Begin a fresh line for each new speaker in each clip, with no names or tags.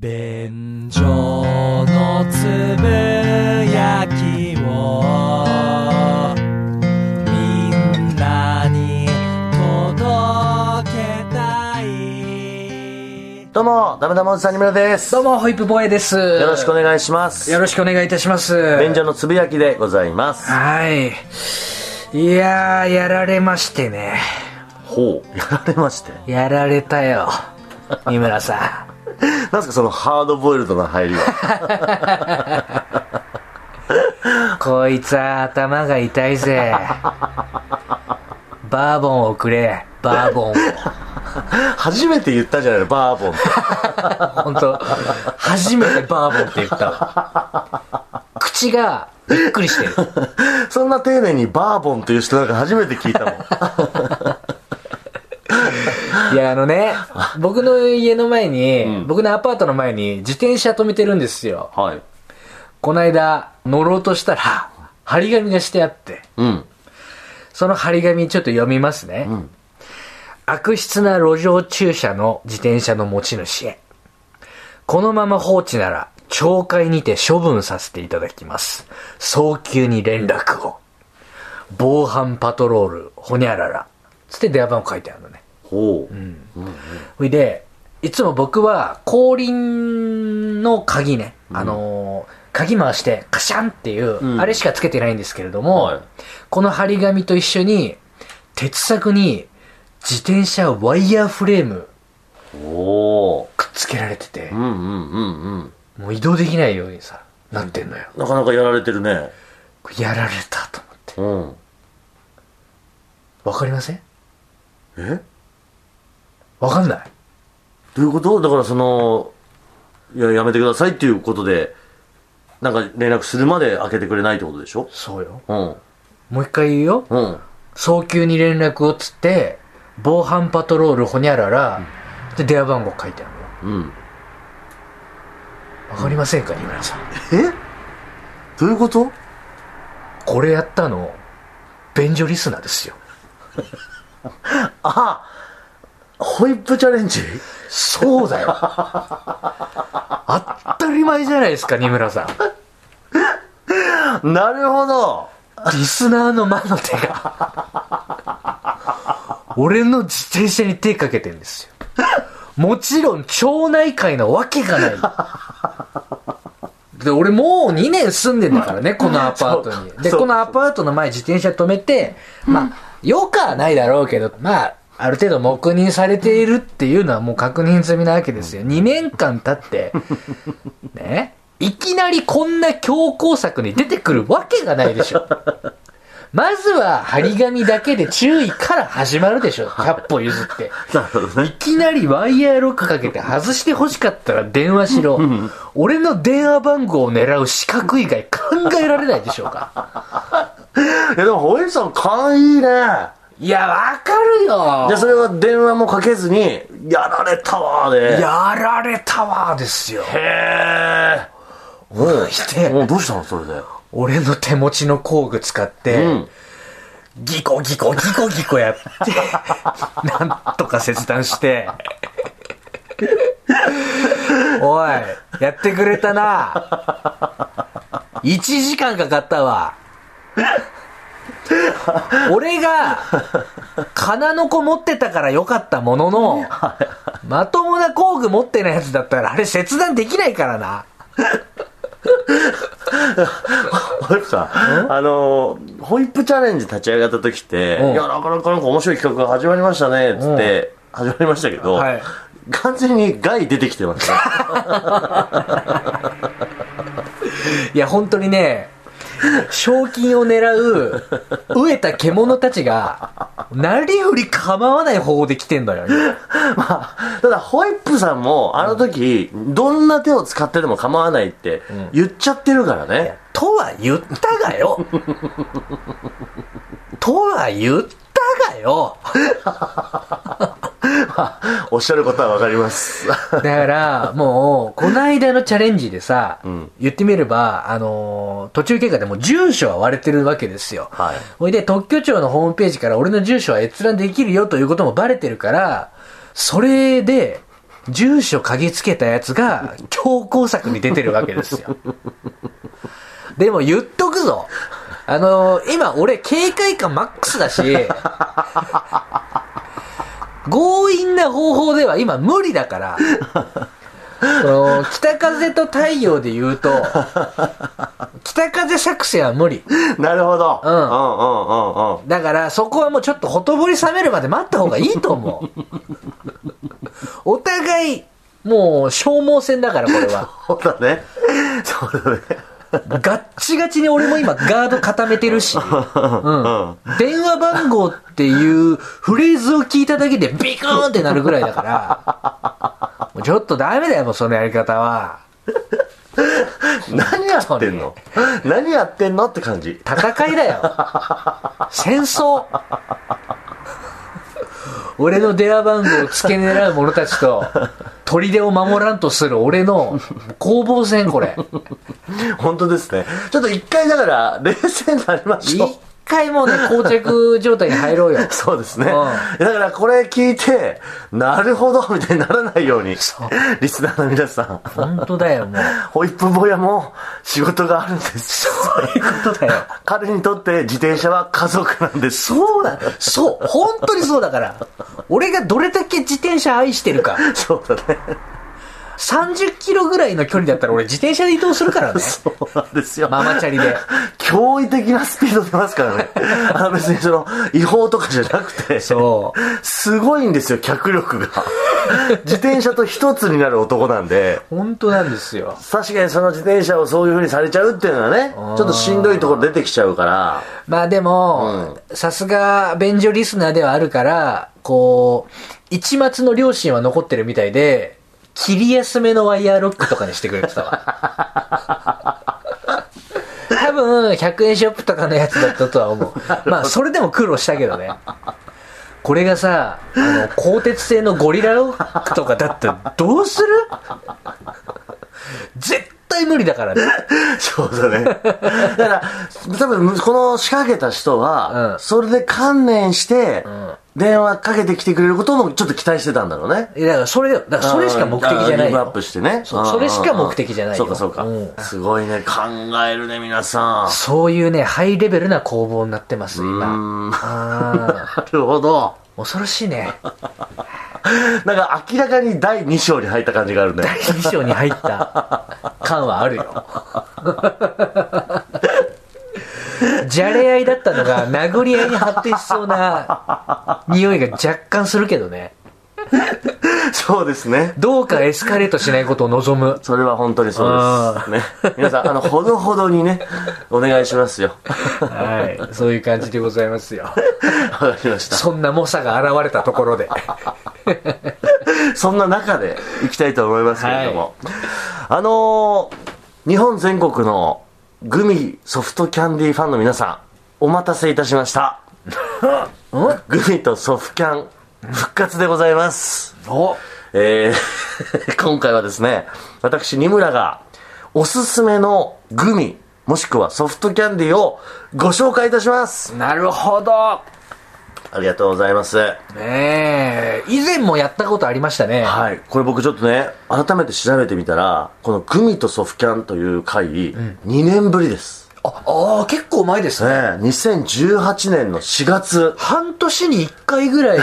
便所のつぶやきをみんなに届けたい
どうも、ダメダメおじさんにむらです。
どうも、ホイップボーイです。
よろしくお
ね、
願いします。
よろしくお願いいたします。
便所のつぶやきでございます。
はい。いやー、やられましてね。
ほう。やられまして。
やられたよ。三村さ
なんですか、そのハードボイルドな入りは。
ん。こいつは頭が痛いぜ。バーボンをくれ。バーボンを。
初めて言ったじゃないの、バーボンって。
本当初めてバーボンって言ったわ。口がびっくりしてる。
そんな丁寧にバーボンという人なんか初めて聞いたもん。
いや、あのね、僕の家の前に、僕のアパートの前に自転車止めてるんですよ。
はい。
この間、乗ろうとしたら、張り紙がしてあって、
うん。
その張り紙ちょっと読みますね。悪質な路上駐車の自転車の持ち主へ。このまま放置なら、懲戒にて処分させていただきます。早急に連絡を。防犯パトロール、ほにゃらら。つって電話番号書いてあるのね。
ほう。
ほいで、いつも僕は後輪の鍵ね、あのー鍵回してカシャンっていう、
ん
あれしかつけてないんですけれども、
はい
この張り紙と一緒に、鉄柵に自転車ワイヤーフレーム
ほ
くっつけられてて
う。う、んうんうんうん。
もう移動できないようにさ、なってんのよ。
なかなかやられてるね。
これやられたと思って。
うん。
わかりません
え
わかんない。
どういうことだからその、いや、やめてくださいっていうことで、なんか連絡するまで開けてくれないってことでしょ
そうよ。
うん。
もう一回言うよ。
うん。
早急に連絡をつって、防犯パトロールほにゃらら、で、電話番号書いてあるのよ。
うん。
わかりませんか、二村さん。
えどういうこと
これやったの、便所リスナーですよ。
あホイップチャレンジ
そう だよ。当たり前じゃないですか、二村さん。
なるほど
リスナーの魔の手が。俺の自転車に手かけてんですよ。もちろん、町内会のわけがない。で、俺もう2年住んでんだからね、このアパートに。で、
そう
このアパートの前自転車止めて、まあ、よくはないだろうけど、まあ、ある程度黙認されているっていうのはもう確認済みなわけですよ。2年間経って、ね、いきなりこんな強硬策に出てくるわけがないでしょ。まずは、張り紙だけで注意から始まるでし ょ。100歩譲って。
なるほどね
いきなりワイヤーロックかけて外して欲しかったら電話しろ。俺の電話番号を狙う資格以外考えられないでしょうか。
いやでもホイップさん勘いいね
いや、わかる
で
よ。
それは電話もかけずにやられたわーで
やられたわですよ。
へ え
して
もうどうしたのそれで
俺の手持ちの工具使って、
うん
ギコギコギコギコやって、 なんとか切断して、おい、やってくれたな。1時間かかったわ。俺が、金の子持ってたからよかったものの、まともな工具持ってないやつだったら、あれ切断できないからな。
ホイップさんあのーホイップチャレンジ立ち上がった時って
うん
いやなかなかなんか面白い企画が始まりましたねっつって始まりましたけど、
はい
完全に害出てきてますね
いや、本当にね、賞金を狙う、飢えた獣たちが、なりふり構わない方法で来てんだよ。今
まあ、ただ、ホイップさんも、あの時、どんな手を使ってでも構わないって言っちゃってるからね。
とは言ったがよ。とは言ったがよ。
おっしゃることはわかります。
だから、もう、この間のチャレンジでさ、
ん
言ってみれば、あのー途中経過でもう住所は割れてるわけですよ。
はい
ほいで、特許庁のホームページから俺の住所は閲覧できるよということもバレてるから、それで、住所嗅ぎつけたやつ が強行策に出てるわけですよ。でも言っとくぞ。あのー今俺警戒感マックスだ し、強引な方法では今無理だから、その北風と太陽で言う と、北風作戦は無理。
なるほど。
うん
うんうんうんうん。
だからそこはもうちょっとほとぼり冷めるまで待った方がいいと思うお互いもう消耗戦だからこれは
そうだね。そうだね。
ガッチガチに俺も今ガード固めてるし、うん、電話番号っていうフレーズを聞いただけでビクーンってなるぐらいだからもうちょっとダメだよもうそのやり方は
何やってんの何やってんのって感じ。
戦いだよ戦争俺の電話番号を付け狙う者たちと砦を守らんとする俺の攻防戦これ
本当ですね。ちょっと一回だから、冷静になりましょう
一。回もうね膠着状態に入ろうよ
そうですね。
うん
だからこれ聞いて、なるほどみたいにならないように、リスナーの皆さん、
本当だよもう
ホイップ坊やも仕事があるんです。
そういうことだよ
彼にとって自転車は家族なんです。
そうだそう本当にそうだから俺がどれだけ自転車愛してるか
そうだね。
30キロぐらいの距離だったら俺自転車で移動するからね
そうなんですよ。
ママチャリで
驚異的なスピード出ますから ね。あの別にその違法とかじゃなくて、
そう
すごいんですよ、脚力が。自転車と一つになる男なんで、
本当なんですよ
確かにその自転車をそういう風にされちゃうっていうのはね、ちょっとしんどいところ出てきちゃうから、
まあでも、さすが便所リスナーではあるから、こう、一末の両親は残ってるみたいで、切り休めのワイヤーロックとかにしてくれてたわ。 多分、100円ショップとかのやつだったとは思う。まあ、それでも苦労したけどね。これがさ、あの、鋼鉄製のゴリラロックとかだったらどうする絶対無理だからね。
そうだね。だから、多分、この仕掛けた人は、
うん
それで観念して、
ん
電話かけてきてくれることもちょっと期待してたんだろうね。
えだから、それだよ、だからそれしか目的じゃ
あー
な
リ
い
ブアッ
よ
プ。してね。
そう
うん
それしか目的じゃないよ
うんそうか、そううか。すごいね。考えるね、皆さん。
そういうね、ハイレベルな攻防になってます、
うー
今。
ん。
あ
なるほど。
ー恐ろしいね。
なんか明らかに第2章に入った感じがあるね。
第2章に入った感はあるよ。じゃれ合いだったのが殴り合いに発展しそうな匂いが若干するけどね。
そうですね。
どうかエスカレートしないことを望む。
それは本当にそうです。ね。皆さん、あの、ほどほどにね、お願いしま すよ。
はい。そういう感じでございますよ。
わかりました。
そんな猛者が現れたところで。
そんな中で行きたいと思いますけれども、あのー日本全国のグミソフトキャンディーファンの皆さん、お待たせいたしました。グミとソフキャン、復活でございます。
お
えー 今回はですね、私、二村が、おすすめのグミ、もしくはソフトキャンディーをご紹介いたします。
なるほど。
ありがとうございます。
ねえ。以前もやったことありましたね。
はい、これ僕ちょっとね改めて調べてみたらこのグミとソフキャンという回、2年ぶりです、
ああー、結構前です
ね
ね。
2018年の4月
半年に1回ぐら い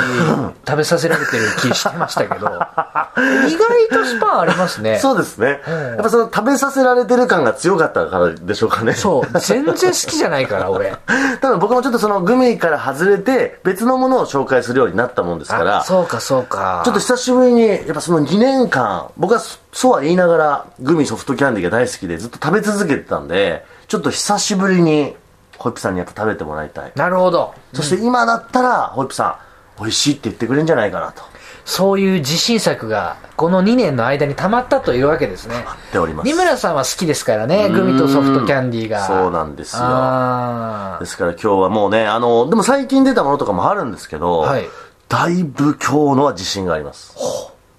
食べさせられてる気してましたけど、意外とスパンありますね。
そうですね、やっぱその食べさせられてる感が強かったからでしょうかね
そう。全然好きじゃないから、俺。
た だ僕もちょっとそのグミから外れて別のものを紹介するようになったもんですから
あそうか、そうか。
ちょっと久しぶりに、やっぱその2年間、僕はそそうは言いながら、グミソフトキャンディーが大好きでずっと食べ続けてたんで、ちょっと久しぶりに、ホイップさんにやっぱ食べてもらいたい。
なるほど。
そして今だったら、ホイップさん、美味しいって言ってくれるんじゃないかなと
そういう自信作が、この2年の間に溜まったというわけですね。
言っております。
二村さんは好きですからね、グミとソフトキャンディーが。
そうなんですよ
あ
で
ー
すから今日はもうね、あの、でも最近出たものとかもあるんですけど、
はい
だいぶ今日のは自信があります。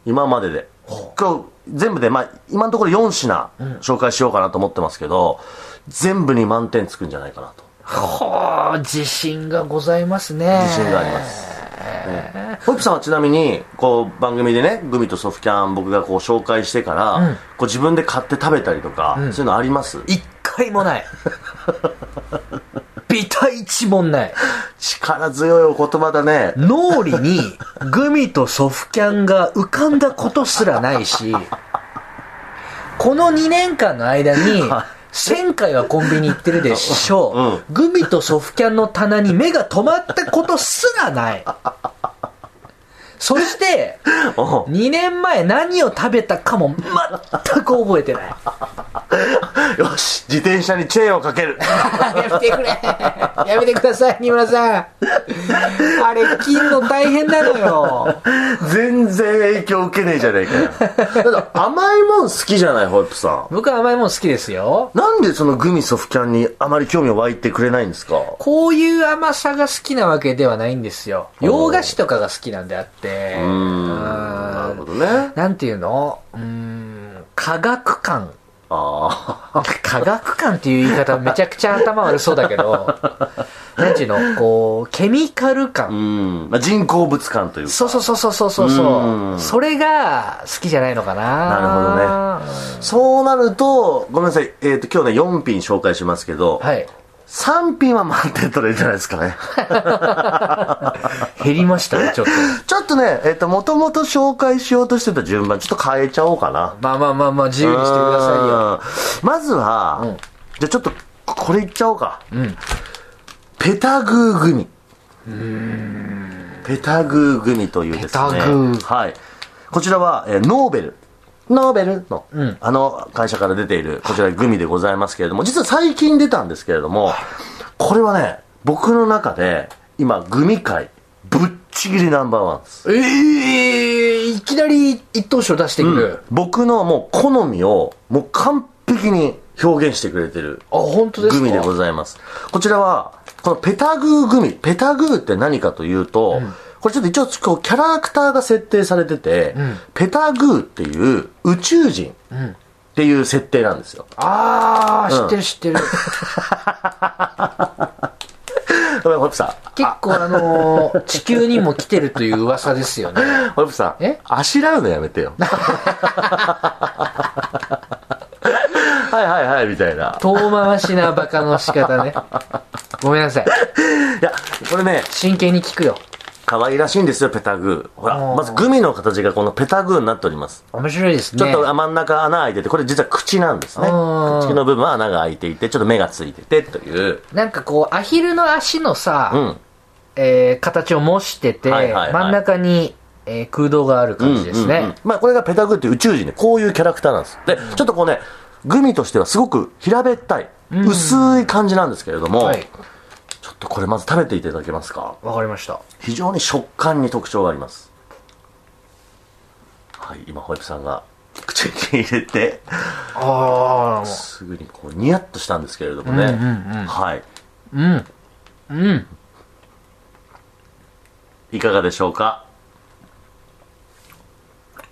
今までで。今日全部で、まあ、今のところ4品紹介しようかなと思ってますけど、全部に満点つくんじゃないかなと。
ほー、自信がございますね。
自信があります。ねホイップさんはちなみにこう番組でねグミとソフキャン僕がこう紹介してから、
うん
こう自分で買って食べたりとか、
うん
そういうのあります
一回もない。ビタ一もない。
力強いお言葉だね
脳裏にグミとソフキャンが浮かんだことすらないし、この2年間の間に、1000回はコンビニ行ってるでしょう。グミとソフキャンの棚に目が止まったことすらない。そして、
おう
2年前何を食べたかも全く覚えてない。
よし自転車にチェーンをかける
やめてくれやめてください、二村さんあれ、切るの大変なのよ
全然影響受けねえじゃねえかよだって甘いもん好きじゃないホイップさん
僕は甘いもの好きですよ。
なんでそのグミソフキャンにあまり興味を湧いてくれないんですか
こういう甘さが好きなわけではないんですよ。洋菓子とかが好きなんであって。
うーん
うん
なるほどね
なんていうのうーん、科学感。
あ
科学感っていう言い方めちゃくちゃ頭悪そうだけ ど、なんていうのこう、ケミカル
あ
感。
うん、まあ、人工物感というか
そうそうそうそうそうそう
う
そ
ん
う。それが好きじゃないのかな。
なそうなるとごめんなさい、えー、と今日ね4品紹介しますけど、
ほどね。はい。
3品は満点取れるんじゃないですかね
減りましたね、ちょっと。
ちょっとねえっ、ともともと紹介しようとしてた順番ちょっと変えちゃおうかな
まあまあまあまあ、自由にしてくださいよ。
うんまずは、
うん
じゃあちょっとこれいっちゃおうか、
ん
ペタグーグミペタグーグミというですね
ペタグー
はいこちらは、えーノーベルノーベルの、
ん
あの会社から出ているこちらグミでございますけれども実は最近出たんですけれどもこれはね僕の中で今グミ界ぶっちぎりナンバーワンです
ええいきなり一等賞出してくる。
僕のもう好みをもう完璧に表現してくれてる
あ、本当ですか
グミでございます。こちらは、このペタグーグミ、ペタグーって何かというと、これちょっと一応こうキャラクターが設定されてて、ペタグーっていう宇宙人っていう設定なんですよ。
ああ、知
うん
ってる知ってる。
ごめん、ホイップさ
結構あのー地球にも来てるという噂ですよね。
ん。ホイップさん。
え
あしらうのやめて よ。はいはいはい、みたいな。
遠回しなバカの仕方ね。ごめんなさい。
いや、これね、
真剣に聞くよ。
可愛らしいんですよ、ペタグー。ほら、
あー
まずグミの形がこのペタグーになっております。
面白いですね。
ちょっと真ん中穴開いてて、これ実は口なんですね。
あー
口の部分は穴が開いていて、ちょっと目がついててという。
なんかこう、アヒルの足のさ、
うん。
えー形を模してて、
はいはいはい
真ん中に、えー空洞がある感じですね。
うんうんうんまあこれがペタグーっていう宇宙人で、こういうキャラクターなんです。で、ちょっとこうね、グミとしてはすごく平べったい、薄い感じなんですけれども、
はい。
ちょっとこれまず食べていただけますか。
わかりました。
非常に食感に特徴があります。はい、今、ホイップさんが口に入れて、
ああ、
すぐにこう、ニヤッとしたんですけれどもね。
うんうんうん
はい。
うん。うん。
いかがでしょうか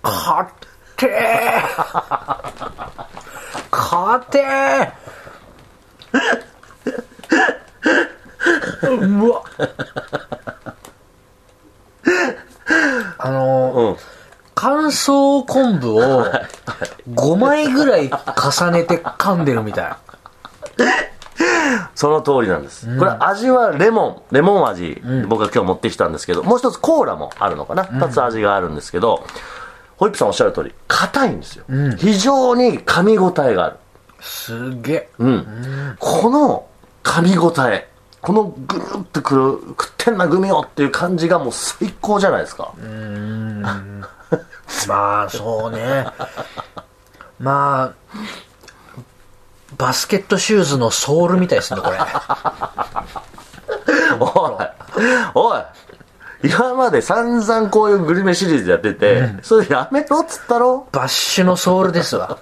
勝てー勝てーうわあのー
うん。
乾燥昆布を5枚ぐらい重ねて噛んでるみたい。
その通りなんです。これ味はレモン、レモン味、僕が今日持ってきたんですけど、もう一つコーラもあるのかな。二つ味があるんですけど、ホイップさんおっしゃる通り、硬いんですよ。非常に噛み応えがある。
すげえ。
うん。この噛み応え、このぐるってくる、食ってんなグミをっていう感じがもう最高じゃないですか。
まあそうねまあバスケットシューズのソールみたいですねこれ
おい、おい、今まで散々こういうグルメシリーズやってて、それやめろっつったろ
バッシュのソールですわ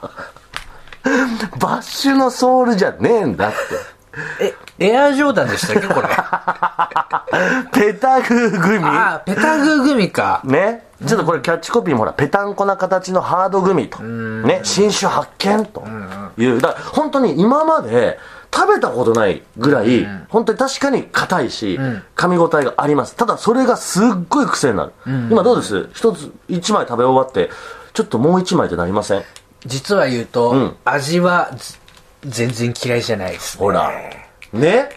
バッシュのソウルじゃねえんだって。
えエアージョーダンでしたっけこれあ
ペタグーグミ
あペタグーグミか
ね。ちょっとこれキャッチコピーもほら、ペタンコな形のハードグミと。ね。新種発見という。だから本当に今まで食べたことないぐらい、
ん
本当に確かに硬いし、
ん
噛み応えがあります。ただそれがすっごい癖になる。
ん
今どうです一つ、一枚食べ終わって、ちょっともう一枚ってなりません
実は言うと、
うん
味はず全然嫌いじゃないです、ね。
ほら。ね、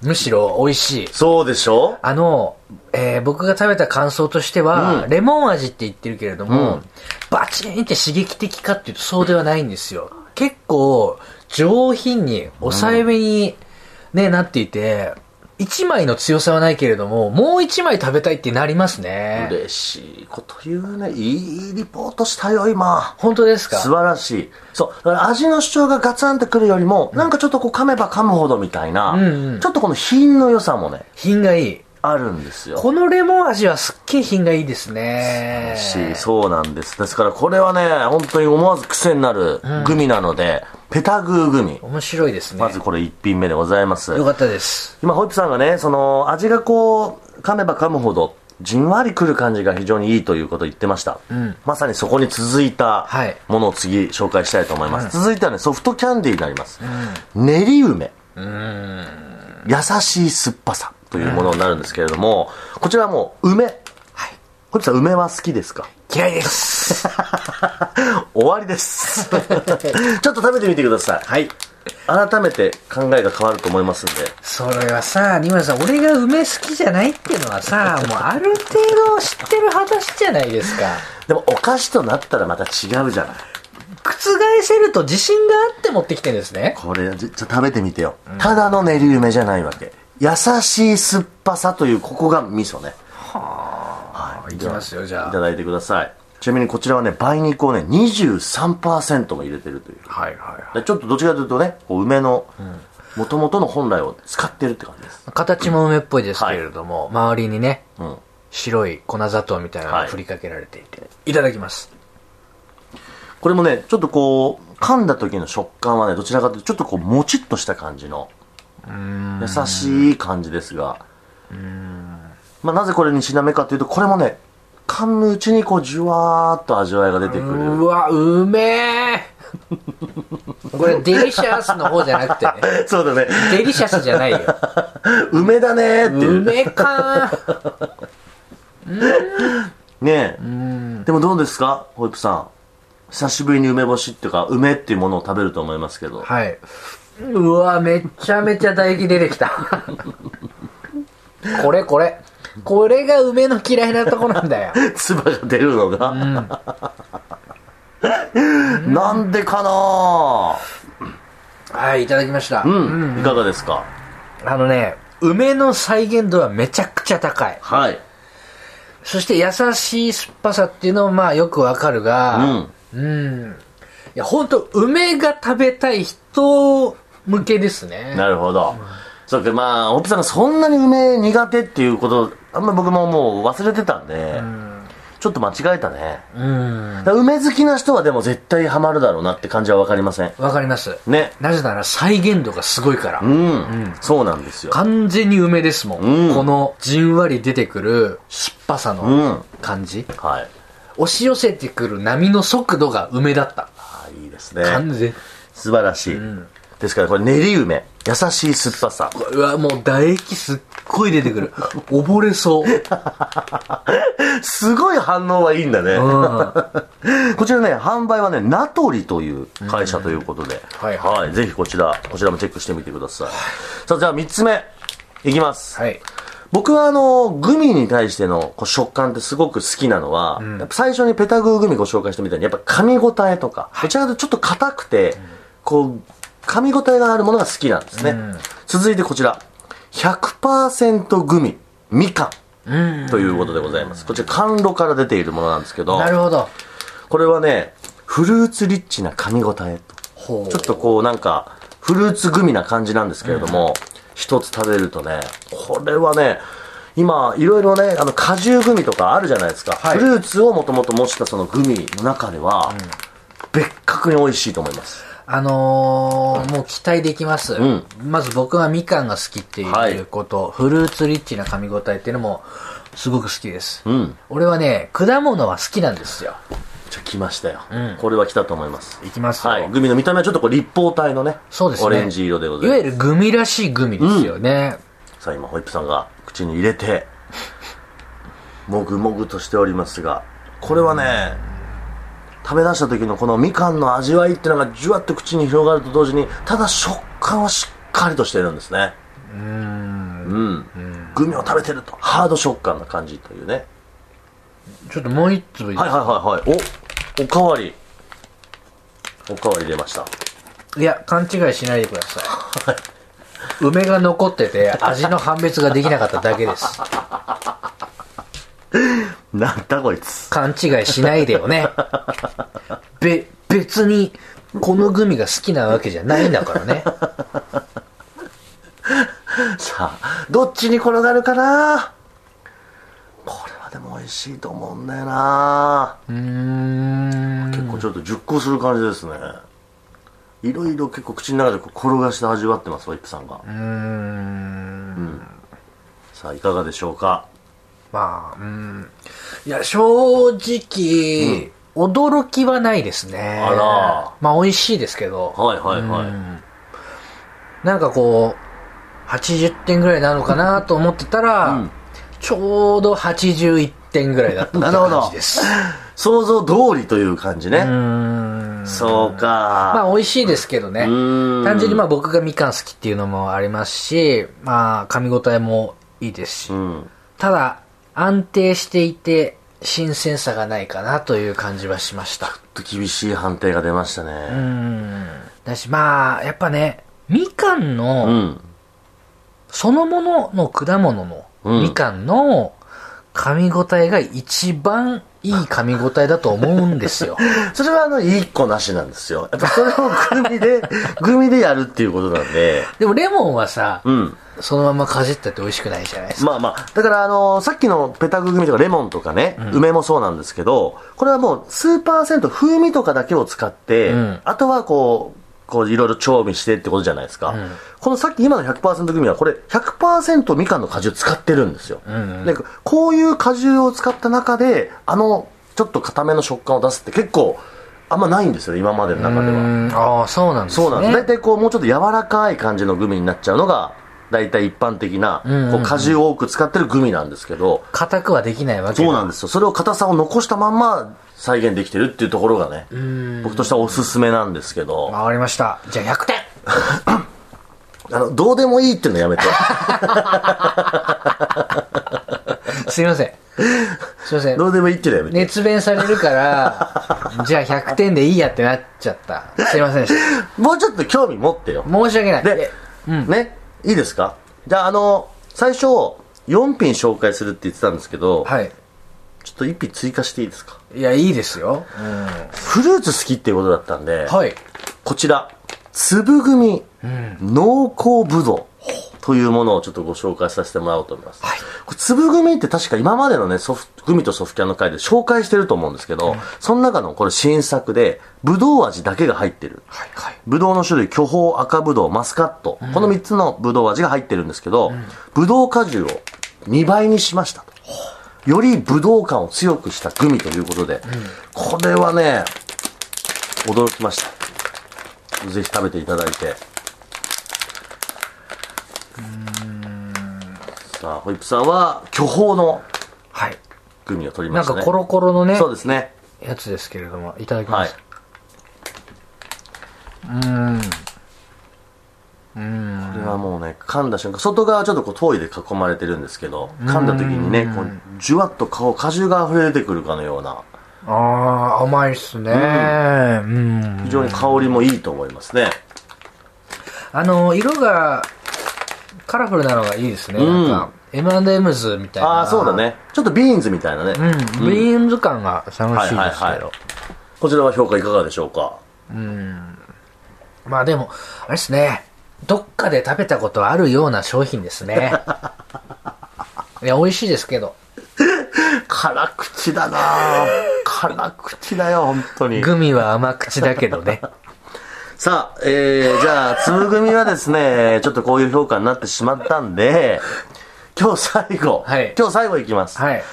むしろ美味しい。
そうでしょ
あの、えー僕が食べた感想としては、
うん
レモン味って言ってるけれども、
うん
バチーンって刺激的かっていうとそうではないんですよ。結構、上品に、抑えめに、ね、なっていて、一枚の強さはないけれども、もう一枚食べたいってなりますね。
嬉しいこと言うね。いいリポートしたよ、今。
本当です
素
か
晴らしい。そう。だから味の主張がガツンってくるよりも、なんかちょっとこう噛めば噛むほどみたいな、
んうん
ちょっとこの品の良さもね、
品がいい。
あるんですよ。
このレモン味はすっげえ品がいいですね。
嬉しいそうなんです。ですからこれはね、本当に思わず癖になるグミなので、ペタグーグミ。
面白いですね。
まずこれ1品目でございます。
よかったです。
今、ホイップさんがね、その、味がこう、噛めば噛むほど、じんわりくる感じが非常にいいということを言ってました。
ん
まさにそこに続いた
はい
ものを次紹介したいと思います。続いてはね、ソフトキャンディーになります。練り梅。優しい酸っぱさというものになるんですけれども、こちらはもう梅。ホイップさん、梅は好きですか
嫌いです。
終わり です。ちょっと食べてみてください。はい。改めて考えが変わると思いますんで。
それはさ、ニムさん、俺が梅好きじゃないっていうのはさ、もうある程度知ってる話じゃないですか。
でも、お菓子となったらまた違うじゃない。
覆せると自信があって持ってきてるんですね。
これ、じちょっと食べてみてよ。ただの練り梅じゃないわけ。優しい酸っぱさという、ここが味噌ね。は
あいきますよ
では
じゃあ
いただいてください。ちなみにこちらはね、梅肉をね、23%も入れてるという。
はいは
でちょっとどっちかというとね、こう梅の、もともとの本来を使ってるって感じです。
い。形も梅っぽいですけれども、周りにね、
うん。
白い粉砂糖みたいなのが振りかけられていて。い、ただきます。
これもね、ちょっとこう、噛んだ時の食感はね、どちらかというと、ちょっとこう、もちっとした感じの、優しい感じですが、まあ、なぜこれにしなめかというと、これもね、噛むうちにこう、じゅわーっと味わいが出てく
う
る。
わ、うめえ これデリシャスの方じゃなくてね。
そうだね、
デリシャスじゃないよ。
梅だねーっていう。
梅かー
ねえ。でもどうですか、ホイップさん。久しぶりに梅干しっていうか、梅っていうものを食べると思いますけど。
はい。うわ、めちゃめちゃ唾液出てきた。 これこれ。これが梅の嫌いなとこなんだよ。
唾が出るのが、 なんでかなぁ
はい、いただきました。
うん、いかがですか
あのね、梅の再現度はめちゃくちゃ高い。
はい。
そして優しい酸っぱさっていうのもまあよくわかるが、うん。いや、ほんと、梅が食べたい人向けですね。
なるほど。そうか、まあ、オプさんがそんなに梅苦手っていうこと、あんま僕ももう忘れてたんで、ちょっと間違えたね。
うん。
だから梅好きな人はでも絶対ハマるだろうなって感じはわかりません。
わかります。
ね。
なぜなら再現度がすごいから。
うん。そうなんですよ。
完全に梅ですもん、
うん
このじんわり出てくる酸っぱさ
うん
の感じ、
はい。
押し寄せてくる波の速度が梅だった
あいいですね。
完全
素晴らしい。ですから、これ練り梅。優しい酸っぱさ。
うわもう唾液すっごい出てく る溺れそう、
すごい反応はいいんだね。 こちらね、販売はね、ナトリという会社ということで、
はいはい
ぜひこちら、こちらもチェックしてみてください。さあ、じゃあ3つ目、いきます。
はい
僕はあの、グミに対してのこう食感ってすごく好きなのは、やっぱ最初にペタグーグミご紹介したみたいに、やっぱ噛み応えとか、どちらかというとちょっと硬くて、こう、噛み応えがあるものが好きなんですね。続いてこちら、100%グミ、みかん。ということでございます。こちら、甘露から出ているものなんですけど。
なるほど
これはねフルーツリッチな噛み応え
ほ
とちょっとこうなんかフルーツグミな感じなんですけれども一、つ食べるとねこれはね今いろいろねあの果汁グミとかあるじゃないですか、
はい
フルーツをもともと模したそのグミの中では、別格に美味しいと思います
あのー、もう期待できます、
ん
まず僕はみかんが好きって
はい
いうこと、フルーツリッチな噛み応えっていうのもすごく好きです、
うん
俺はね果物は好きなんですよ
ちょ来ましたよ、
うん
これは来たと思います
いきますよ
はいグミの見た目はちょっとこう立方体のね
そうですね
オレンジ色でござ
い
いま
わ
す
ゆるグミらしいグミですよね。
さあ今ホイップさんが口に入れてもぐもぐとしておりますがこれはね食べ出した時のこのみかんの味わいっていうのがじゅわっと口に広がると同時にただ食感はしっかりとしてるんですねうんグミを食べてるとハード食感な感じというね
ちょっともう一ついいです
はい
か
はいはいはいおおかわりおかわり出ました
いや、勘違いしないでください。梅が残ってて、味の判別ができなかっただけです。
なんだこいつ
勘違いしないでよね。べ、別に、このグミが好きなわけじゃないんだからね。
さあどっちに転がるかなこれはでも美味しいと思うんだよな
うーん。
結構ちょっと熟考する感じですねいろいろ結構口の中でこう転がして味わってますホイップさんが
うーん。
さあいかがでしょうか
まあ、うん。いや、正直、驚きはないですね。
あら
まあ、美味しいですけど。
はいはいはい
なんかこう、80点ぐらいなのかなと思ってたら、
うん
ちょうど81点ぐらいだったって
なるほど
感じです。
想像通りという感じね
うーん。
そう
ま
か
あ美味しいですけどね。
うーん
単純にまあ僕がみかん好きっていうのもありますし、まあ噛み応えもいいですし、
うん
ただ安定していて新鮮さがないかなという感じはしました。
ちょっと厳しい判定が出ました
うー
ね
ん。だしまあやっぱね、みかんの、
うん
そのものの果物の、
うん
みかんの噛み応えが一番いい噛み応えだと思うんです よ。
それはあのいい子なしなんですよやっぱそれをグ ミでグミでやるっていうことなんで
でもレモンはさ、
うん
そのままかじったって美味しくないじゃないですか。
まあまあ、だからあのさっきのペタググミとかレモンとかね、梅もそうなんですけど、これはもう数パーセント風味とかだけを使って、
うん
あとはこう、こういろいろ調味してってことじゃないですか。
ん
このさっき今の100%グミはこれ100%みかんの果汁使ってるんですよ。
んうん
でこういう果汁を使った中で、あの、ちょっと固めの食感を出すって結構、あんまないんですよ、今までの中で
う
は。
ーんああ、そうなんですね。
そうなんです。大体こう、もうちょっと柔らかい感じのグミになっちゃうのが、大体一般的な、
んうんうん
こう、果汁を多く使ってるグミなんですけど、
硬くはできないわけ
そうなんですよ。それを硬さを残したまんま再現できてるっていうところがね、僕としてはおすすめなんですけど、
わかりました。じゃあ100点
あの、どうでもいいっていうのやめて。
すいません。すいません
ど。うでもいいっていうのやめて。
熱弁される から、じゃあ100点でいいやってなっちゃった。すいませんでした。
もうちょっと興味持ってよ。
申し訳ない。
で、ね、いいですかじゃあ、あの、最初、4品紹介するって言ってたんですけど、
はい。
ちょっと1品追加していいですか
いや、いいですよ。
フルーツ好きっていうことだったんで、
はい。
こちら、粒組、濃厚ぶどうというものをちょっとご紹介させてもらおうと思います。
はい
これ粒組って確か今までのね、ソフト、グミとソフキャンの回で紹介してると思うんですけど、その中のこれ新作で、ぶどう味だけが入ってる。
はい、はい。
ぶどうの種類、巨峰、赤ぶどう、マスカット。この3つのぶどう味が入ってるんですけど、ぶどう果汁を2倍にしましたと。よりぶどう感を強くしたグミということで、これはね、驚きました。ぜひ食べていただいて。さあ、ホイップさんは巨峰の
はい。
グミを取り
な
ま
ん
した
か
ね。
コロコロのね、
そうですね。
やつですけれども、いただきま
はい
す。。
これはもうね、噛んだ瞬間、外側はちょっとこう、遠いで囲まれてるんですけど、噛んだ時にね、こう、じゅわっと顔、果汁が溢れ出てくるかのような、
ああ、甘いっすね。うん。
非常に香りもいいと思いますね。
あの、色が、カラフルなのがいいですね。
うん
なんか、M&M's みたいな。
ああ、そうだ。ね。ちょっとビーンズみたいなね。
うん。ビーンズ感が楽しいですけど。
はいはいはい。こちらは評価いかがでしょうか
まあでも、あれですね。どっかで食べたことあるような商品です ね。いや、美味しいですけど。
辛口だなぁ辛口だよ、本当に。
グミは甘口だけどね。
さあ、えー、じゃあ、粒組はですね、ちょっとこういう評価になってしまったんで、今日最後、
はい
今日最後いきます。
はい。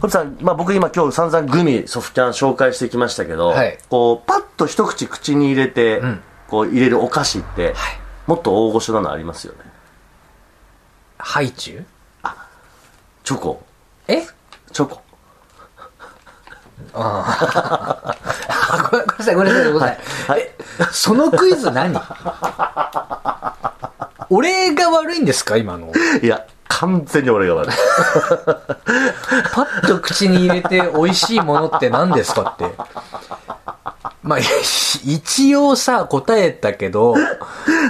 堀さん、まあ、僕今今日散々グミソフトキャン紹介してきましたけど、
はい
こうパッと一口口に入れて、
うん
こう入れるお菓子って、
はい
もっと大御所なのありますよね
ハイチュウ
チョコ
え
チョコ
ああ。ごめんなさい、ごめんなさい、ごめんなさい。え、そのクイズ何俺が悪いんですか今の。
いや完全に俺が悪い
パッと口に入れて美味しいものって何ですかって。まあ、いや一応さ、答えたけど、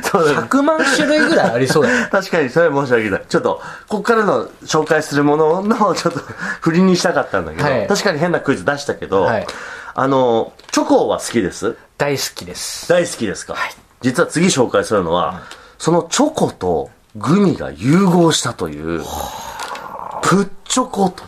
そうだね
100万種類ぐらいありそうだよね。
確かにそれは申し訳ないちょっとここからの紹介するもののちょっと振りにしたかったんだけど、
はい
確かに変なクイズ出したけど、
はい
あのチョコは好きです
大好きです。
大好きですか、実は次紹介するのは、そのチョコとグミが融合したというプッチョコと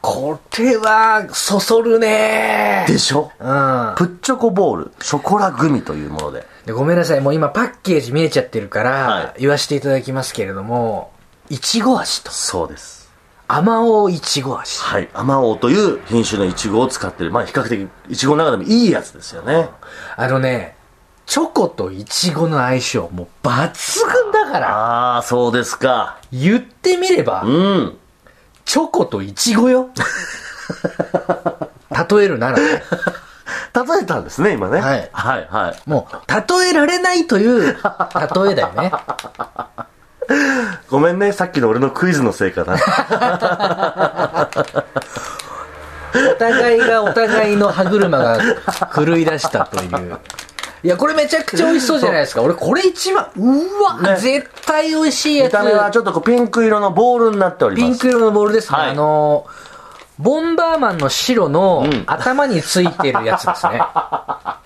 これは、そそるね
でしょ、
うん。
プッチョコボールショコラグミというもので
でごめんなさい、もう今パッケージ見えちゃってるから、
はい
言わせていただきますけれども、いちご味と、
そうです
あまおういちご味。
はい甘王という品種のイチゴを使ってるまあ比較的イチゴの中でもいいやつですよね
あのね、チョコといちごの相性、もう抜群だから、
ああそうですか
言ってみれば
う、ん
チョコといちごよ。 例えるなら、ね、
例えたんですね今ね
はい
はいはい
もう、例えられないという例えだよね。
ごめんねさっきの俺のクイズのせ いかな
お互いがお互いの歯車が狂い出したという。いや、これめちゃくちゃ美味しそうじゃないですか。俺、これ一番、うわ、
ね
絶対美味しいや
見
つ。
た目はちょっとこうピンク色のボールになっており
ピ
ま
ン
す
ク色のボールですね。
はい
あのー、ボンバーマンの白の
ん
頭についてるやつです ね。
わ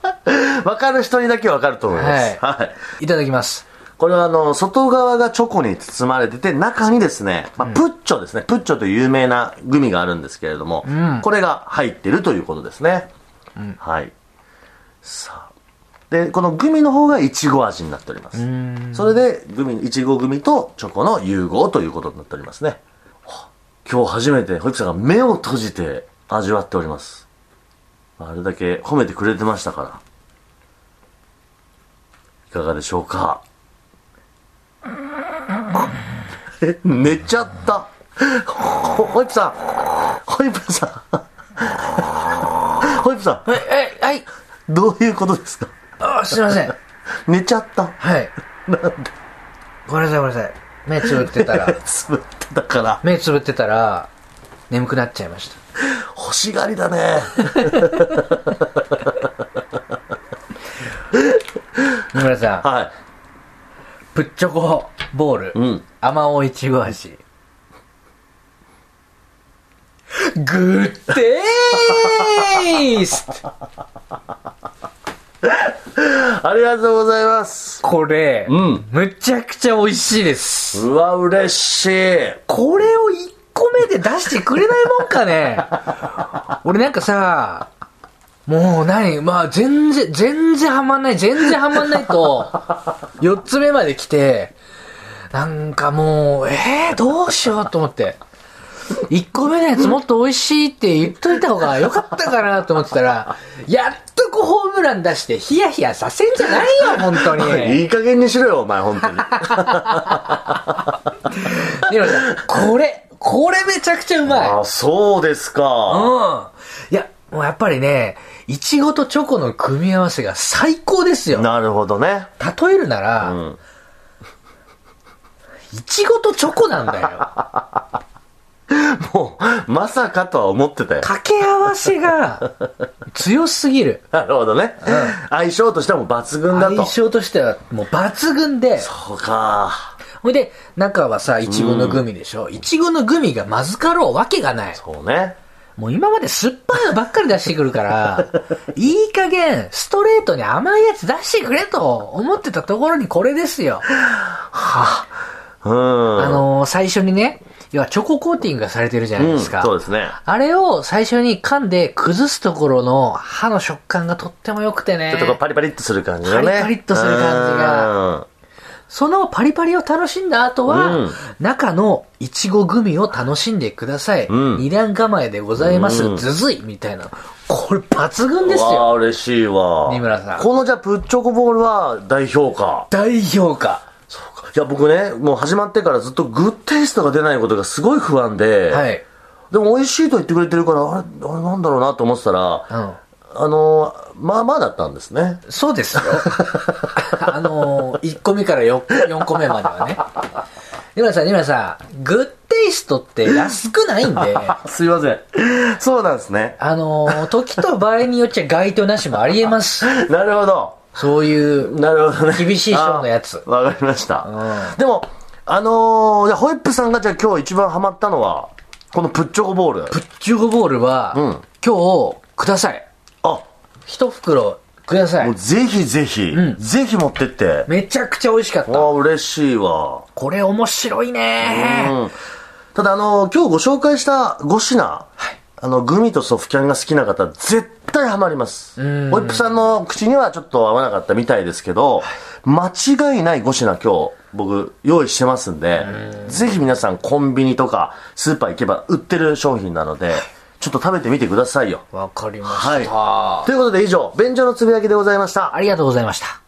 かる人にだけわかると思います。
は
はいい。
いただきます。
これはあの、外側がチョコに包まれてて、中にですね、まあ、プッチョですね、プッチョという有名なグミがあるんですけれども、
ん
これが入ってるということですね。はい。さあ。で、このグミの方がイチゴ味になっております。それで、グミ、イチゴグミとチョコの融合ということになっておりますね。今日初めて、保育さんが目を閉じて味わっております。あれだけ褒めてくれてましたから。いかがでしょうか え寝ちゃった。ほホイップさん。ホイップ さん。ホイップさ
え、え、はい。
ん。どういうことですか
あ、すいません。
寝ちゃった。
はい。ごめんなさい、ごめんなさい。目つぶってたら、
つぶってたから。
目つぶってたら、眠くなっちゃいました。
欲しがりだね。
野村さん。
は
プッチョコボール、
い。うん。
あまおういちご味。グッデース
ありがとうございます。
これ、
うん
むちゃくちゃ美味しいです。
うわ、嬉しい。
これを1個目で出してくれないもんかね俺なんかさ、もう何まあ全然、全然ハマんない、全然ハマんないと、4つ目まで来て、なんかもう、えー、どうしようと思って。1個目のやつもっと美味しいって言っといた方が良かったかなと思ってたら、やっとこうホームラン出してヒヤヒヤさせんじゃないよ、本当に。
いい加減にしろよ、お前、本当に。
ニノさん、これ、これめちゃくちゃうまい。
あ、そうですか。
うん。いや、もうやっぱりね、いちごとチョコの組み合わせが最高ですよ。
なるほどね。
例えるな
う
ら、
ん。
いちごとチョコなん だよ。
もう、まさかとは思ってたよ。
掛け合わせが強すぎる。
なるほどね。相性としてはもう抜群だと。
印象としてはもう抜群で、
そうか。
ほいで、中はさ、いちごのグミでしょ。いちごのグミがまずかろうわけがない。
そうね。
もう今まで酸っぱいのばっかり出してくる から、いい加減、ストレートに甘いやつ出してくれと思ってたところにこれですよ。
うん。
あのー最初にね、要はチョココーティングがされてるじゃないですか。
うん、そうですね。
あれを最初に噛んで崩すところの歯の食感がとっても良くてね
ちょっとこう。パリパリっとする感じのね。
パリパリっとする感じが
うん。
そのパリパリを楽しんだ後は、
うん
中のいちごグミを楽しんでください。
うん
二段構えでございます。
うん
ずずいみたいな。これ抜群です
わ
よ。
あ、嬉しいわ。
二村さん
このじゃあ、プッチョコボールは代表か。
大評価。
いや、僕ね、もう始まってからずっとグッテイストが出ないことがすごい不安で、
はい。
でも美味しいと言ってくれてるから、あれ、あれなんだろうなと思ってたら、
うん。
あの、まあまあだったんですね。
そう ですよ。あのー、1個目から 4, 4個目まではね。二村さん、二村さん、グッテイストって安くないん で、
すいません。そうなんですね。
あのー、時と場合によっちゃ該当なしもありえます。
なるほど。
そういう、
なるほどね。
厳しい賞のやつ
あーわかりました。
う
でも、あのー、じゃあホイップさんがじゃあ今日一番ハマったのは、このプッチョコボール。
プッチュゴボールは、
うん
今日、ください。
あ、
一袋、くださ
も。
いう
ぜひぜひ、
うん
ぜひ持ってって。
めちゃくちゃ美味しかっ
あ
た。
あ、嬉しいわ。
これ面白いうね
ん。ただ、あのー、今日ご紹介した5品、あの、グミとソフキャンが好きな方、絶対ハマります。
うん
ホイップさんの口にはちょっと合わなかったみたいですけど、間違いない5品今日、僕、用意してますんで、ぜひ皆さんコンビニとか、スーパー行けば売ってる商品なので、ちょっと食べてみてくださいよ。
わかりました。
はい。ということで以上、便所のつぶやきでございました。
ありがとうございました。